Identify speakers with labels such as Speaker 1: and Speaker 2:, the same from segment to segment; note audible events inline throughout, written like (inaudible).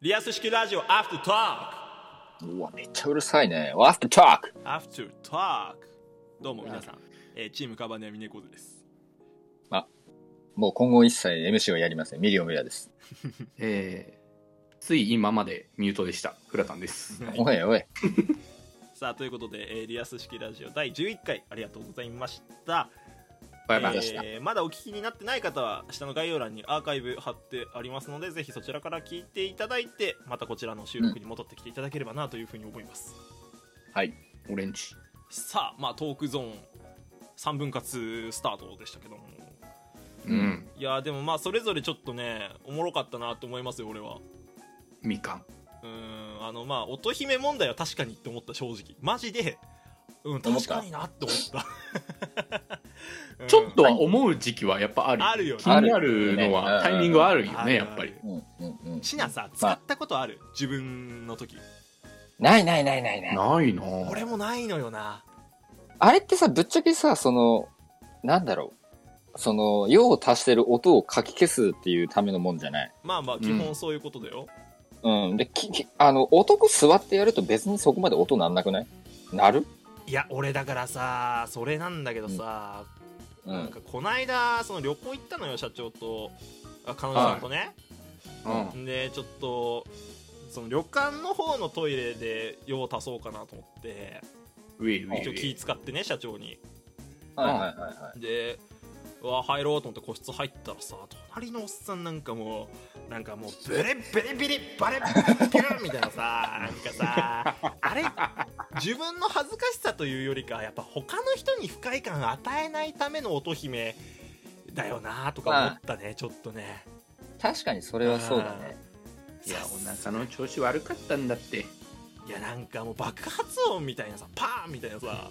Speaker 1: リアス式ラジオアフタートー
Speaker 2: うわ、めっちゃうるさいね。ワーフトターク
Speaker 1: クアフタートークどうも皆さん、えーチームカバネアミネコズです
Speaker 2: もう今後一切 MC はやりません。ミリオンミラです。
Speaker 3: えーつい今までミュートでした。フラタン
Speaker 1: (laughs)
Speaker 3: です。
Speaker 2: おいおい。
Speaker 1: さあということで、えーリアス式ラジオ第11回ありがとうございました
Speaker 3: バイバイ。
Speaker 2: でした
Speaker 1: えーまだお聞きになってない方は下の概要欄にアーカイブ貼ってありますのでぜひそちらから聞いていただいてまたこちらの収録に戻ってきていただければなというふうに思います、
Speaker 2: はい。
Speaker 3: オレンジ。
Speaker 1: さあ、まあ、トークゾーン3分割スタートでしたけども
Speaker 3: うん。
Speaker 1: いやーでもまあそれぞれちょっとねおもろかったなと思いますよ俺は
Speaker 3: みかん。
Speaker 1: うーんあのまあ乙姫問題は確かにって思った正直マジでうん
Speaker 2: 思っ
Speaker 1: 確
Speaker 2: た
Speaker 1: かになって思
Speaker 3: (laughs)
Speaker 1: ったうん
Speaker 3: ちょっとは思う時期はやっぱある。
Speaker 1: あるよね
Speaker 3: 気になるの
Speaker 2: あるよね
Speaker 3: は、タイミングはあるよ
Speaker 1: あ
Speaker 3: ね、
Speaker 1: る
Speaker 3: やっぱり。
Speaker 2: うんうんうん。
Speaker 1: シナさ使ったことある自分の時
Speaker 2: ないないないないない。
Speaker 3: ないなぁ
Speaker 1: 俺もないのよな
Speaker 2: あれってさ、ぶっちゃけさ、その、なんだろう。その、用を足してる音をかき消すっていうためのもんじゃない。
Speaker 1: まあまあ基本そういうことだよ、
Speaker 2: うん。で、き、きあの、男座ってやると別にそこまで音なんなくないなる
Speaker 1: いや俺だからさそれなんだけどさ、
Speaker 2: う
Speaker 1: なん
Speaker 2: ん。
Speaker 1: かこないだその旅行行ったのよ社長とあ彼女さんとね、
Speaker 3: うん。
Speaker 1: でちょっとその旅館の方のトイレで用を足そうかなと思って
Speaker 3: ウェイウェイウ
Speaker 1: 一応
Speaker 3: ェ
Speaker 1: 気
Speaker 3: イ。
Speaker 1: 使ってね社長に
Speaker 2: はいはいはいはい。
Speaker 1: でうわ入ろうと思って個室入ったらさ隣のおっさんなんかもうなんかもうブレブレビリバレビュンみたいなさなんかさあれ自分の恥ずかしさというよりかやっぱ他の人に不快感与えないための乙姫だよなとか思ったねちょっとね
Speaker 2: 確かにそれはそうだね。
Speaker 3: いや、お腹の調子悪かったんだって。
Speaker 1: いやなんかもう爆発音みたいなさパーンみたいなさ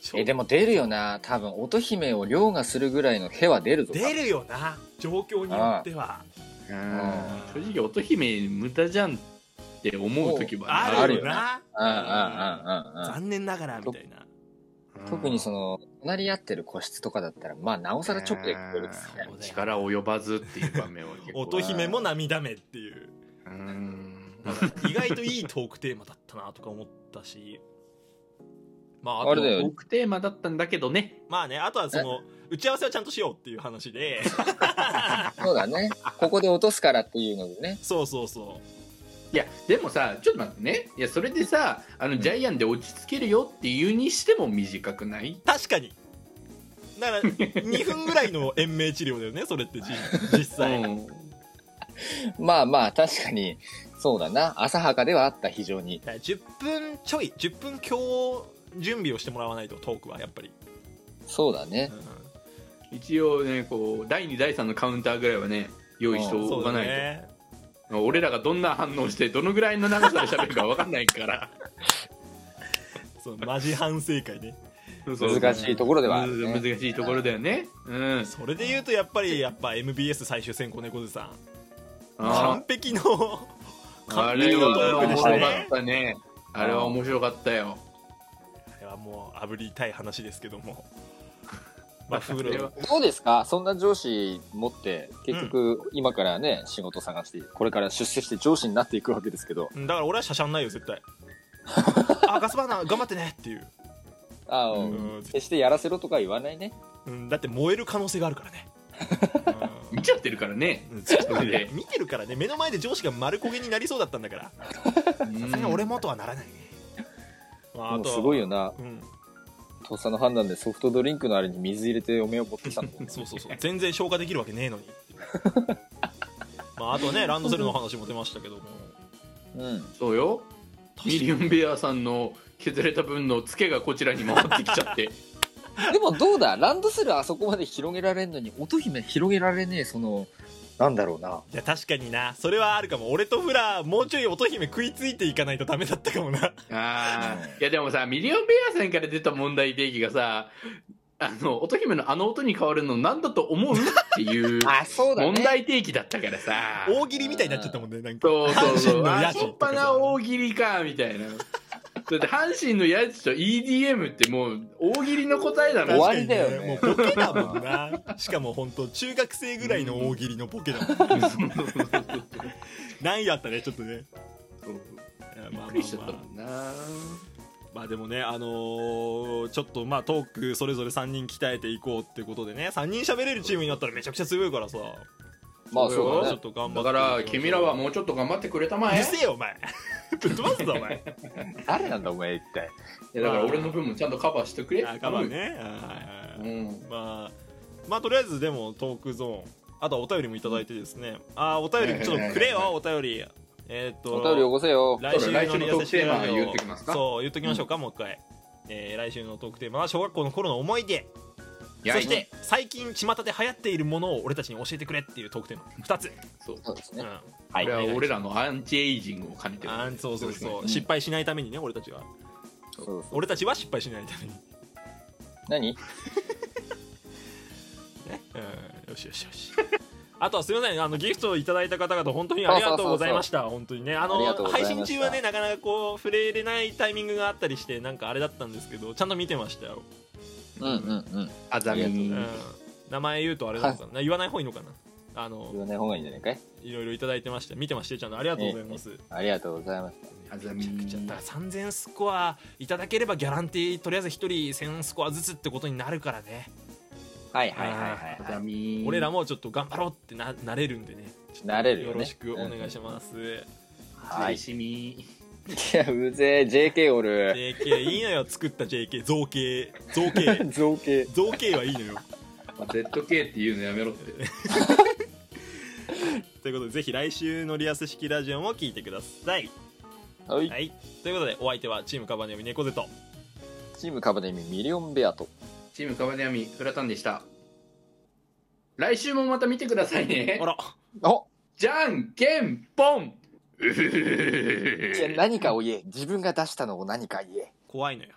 Speaker 1: ちょ
Speaker 2: え、でも出るよな。多分、乙姫を凌駕するぐらいの屁は出るぞ。
Speaker 1: 出るよな状況によっては
Speaker 3: うん。正直、乙姫無駄じゃんって思う時は
Speaker 1: あ
Speaker 2: あ
Speaker 1: る
Speaker 2: る
Speaker 1: よ
Speaker 2: よ
Speaker 1: な
Speaker 2: うんうんうんうんうん。
Speaker 1: 残念ながらみたいな
Speaker 2: 特にそ
Speaker 3: の、
Speaker 2: の、隣り合ってる個室とかだったら、まあ、なおさらちょっとで聞こえるですね
Speaker 1: う。ん
Speaker 3: 力及ばずっていう場面は結構。
Speaker 1: 乙姫も涙目っていう
Speaker 3: うん。
Speaker 1: 意外といいトークテーマだったなとか思ったしまああと
Speaker 2: あれだよ
Speaker 3: トークテーマだったんだけどね。
Speaker 1: まあねあとはその打ち合わせはちゃんとしようっていう話で (laughs)
Speaker 2: そうだね。ここで落とすからっていうのでね。
Speaker 1: そうそうそう
Speaker 3: いやでもさちょっと待ってねいやそれでさあのジャイアンで落ち着けるよっていうにしても短くない
Speaker 1: 確かにだから2分ぐらいの延命治療だよねそれってじ実際
Speaker 3: うん
Speaker 2: まあまあ、確かに、そうだな。浅はかではあった、非常に。
Speaker 1: だから10分ちょい10分強準備をしてもらわないとトークはやっぱり、
Speaker 2: そうだね
Speaker 1: う。ん
Speaker 3: 一応ねこう第2第3のカウンターぐらいはね用意して
Speaker 1: そ
Speaker 3: お
Speaker 1: う
Speaker 3: か
Speaker 1: だ
Speaker 3: ないと、
Speaker 1: ね
Speaker 3: 俺らがどんな反応してどのぐらいの長さで喋るか分かんないから
Speaker 1: そうマジ反省会ね
Speaker 2: 難しいところではあるね
Speaker 3: うん難しいところだよねうん
Speaker 1: それで言うとやっぱりやっぱ MBS 最終選考猫背さん
Speaker 3: あ
Speaker 1: 完璧 (laughs) の
Speaker 3: あ
Speaker 1: 完
Speaker 3: れ
Speaker 1: 璧のト
Speaker 3: は
Speaker 1: ークで
Speaker 3: 面
Speaker 1: し
Speaker 3: 白
Speaker 1: た
Speaker 3: か
Speaker 1: ね
Speaker 3: ったねあれは面白かったよ
Speaker 1: あれはもう炙りたい話ですけどもまあ風呂
Speaker 3: あれは
Speaker 2: どうですかそんな上司持って、結局、今からね、仕事探して、これから出世して上司になっていくわけですけど。
Speaker 1: うんだから俺はしゃしゃんないよ絶対あガスバーナー頑張ってねっていう、
Speaker 2: ああ、
Speaker 1: うん
Speaker 2: 決してやらせろとか言わないね。
Speaker 1: うん、だって燃える可能性があるからね、
Speaker 3: 見ちゃってるからね
Speaker 1: うんちょっと
Speaker 3: それ
Speaker 1: ね
Speaker 3: で
Speaker 1: 見てるからね目の前で上司が丸焦げになりそうだったんだから
Speaker 3: うん
Speaker 1: さすがに俺もとはならないね、まあ
Speaker 2: も
Speaker 1: あ
Speaker 2: う
Speaker 1: と
Speaker 2: すごいよな。
Speaker 1: うん、
Speaker 2: とっさの判断でソフトドリンクのあれに水入れておめを持ってきたんだもんね
Speaker 1: (laughs) そうそうそう全然消化できるわけねえのにまああとねランドセルの話も出ましたけども
Speaker 2: うん。
Speaker 3: そうよミリオンベアさんの削れた分のツケがこちらに回ってきちゃって
Speaker 2: (laughs) でもどうだランドセルあそこまで広げられんのに乙姫広げられねえそのなんだろうない
Speaker 1: や確かになそれはあるかも俺とフラもうちょい乙姫食いついていかないとダメだったかもな
Speaker 3: あーいやでもさミリオンベアさんから出た問題提起がさあの乙姫のあの音に変わるの何だと思うっ
Speaker 2: (laughs)
Speaker 3: ていう
Speaker 2: そ
Speaker 3: 問題提起だったからさ
Speaker 1: 大喜利みたいになっちゃったもんねなんか
Speaker 3: そうそうそ
Speaker 1: 阪神
Speaker 3: う
Speaker 1: の
Speaker 3: あ
Speaker 1: 野
Speaker 3: そ
Speaker 1: 心
Speaker 3: っ
Speaker 1: とか
Speaker 3: ぱ
Speaker 1: さ
Speaker 3: な大喜利かみたいなだって阪神のやつと EDM ってもう大喜利の答えだ
Speaker 2: 終
Speaker 3: な
Speaker 2: わりだよね
Speaker 1: 確かにもうボケだもんな。しかも本当中学生ぐらいの大喜利のボケだもん。
Speaker 3: (laughs)
Speaker 1: 何やったね、ちょっとね。いや
Speaker 3: び
Speaker 1: まあ
Speaker 3: っ
Speaker 1: ま
Speaker 3: くりしちゃっ
Speaker 1: あ
Speaker 3: た
Speaker 1: まあ
Speaker 3: も。んな
Speaker 1: まあでもね、あのーちょっとまあトークそれぞれ3人鍛えていこうってことでね、3人喋れるチームになったらめちゃくちゃ強いからさ。
Speaker 2: まあそう
Speaker 1: ち
Speaker 2: だ
Speaker 1: ょ
Speaker 2: ね
Speaker 1: っ。と頑張
Speaker 3: だ
Speaker 1: って。
Speaker 3: から君らはもうちょっと頑張ってくれたま
Speaker 1: う
Speaker 3: え
Speaker 1: るせえよ、お前。 (laughs) ぶっ飛ばすぞ、お前。
Speaker 2: 誰なんだお前一体。
Speaker 3: いやだから俺の分もちゃんとカバーしてくれ
Speaker 1: あ、カバーね。はいはいは
Speaker 3: う
Speaker 1: い
Speaker 3: ん
Speaker 1: まあ、まあとりあえずでもトークゾーンあとはお便りもいただいてですね、あーお便りちょっとくれよお便りえーっと
Speaker 2: お便りよこせよ。
Speaker 1: 来週の
Speaker 3: 来週のトークテーマ言ってきますか
Speaker 1: そう言っときましょうか、もう一回、えー来週のトークテーマは小学校の頃の思い出
Speaker 3: いや
Speaker 1: そして最近巷で流行っているものを俺たちに教えてくれっていうトークテーマ2つ、
Speaker 3: そう
Speaker 2: そうです
Speaker 1: う
Speaker 2: ね。
Speaker 1: ん
Speaker 2: は
Speaker 3: こ
Speaker 2: い
Speaker 3: れ。は俺らのアンチエイジングを兼ねてる
Speaker 1: あんそうそうそう、
Speaker 2: うん
Speaker 1: 失敗しないためにね俺たちは
Speaker 2: そうそう
Speaker 1: 俺たちは失敗しないために
Speaker 2: 何
Speaker 1: ね、うん、よしよしよしあとはすみませんあのギフトをいただいた方々本当にありがとうございました本当にねあ
Speaker 2: あり
Speaker 1: の
Speaker 2: がとうござい
Speaker 1: 配
Speaker 2: ました
Speaker 1: 信中はねなかなかこう触れれないタイミングがあったりしてなんかあれだったんですけどちゃんと見てましたよ、
Speaker 2: うんうんうん。
Speaker 3: あざ
Speaker 1: う
Speaker 3: み
Speaker 1: ん、名前言うとあれだったな、言わない方がいいのかなあの
Speaker 2: 言わない方がいいんじゃないかい
Speaker 1: いろいろいただいてました見てましてちゃんとありがとうございます、
Speaker 2: ありがとうございます。
Speaker 3: あざ
Speaker 1: め
Speaker 3: み
Speaker 1: ちゃくちゃだから3000スコアいただければギャランティーとりあえず1人1000スコアずつってことになるからね
Speaker 2: はいはいはい
Speaker 3: あ
Speaker 2: はい
Speaker 3: ざ
Speaker 2: は
Speaker 3: み
Speaker 1: 俺らもちょっと頑張ろうってななれるんでねちょっと
Speaker 2: なれるよね
Speaker 1: よろしくお願いします、
Speaker 2: い。は
Speaker 3: はいい。しみ
Speaker 2: いや、うぜえ、JK おる。 (laughs)
Speaker 1: JK いいのよ作った JK 造形造形
Speaker 2: 造形。
Speaker 1: 造形はいいのよ
Speaker 3: ZK って言うのやめろって
Speaker 1: ということでぜひ来週のリアス式ラジオも聞いてください、
Speaker 2: はい。
Speaker 1: はい、ということでお相手はチームカバネオミ猫背と
Speaker 2: チームカバデミミリオンベアと。
Speaker 3: チームカバデアミフラタンでした来週もまた見てくださいね
Speaker 1: あら
Speaker 2: お
Speaker 3: じゃんけんぽん
Speaker 2: いや、何かを言え。自分が出したのを何か言え。
Speaker 1: 怖いのよ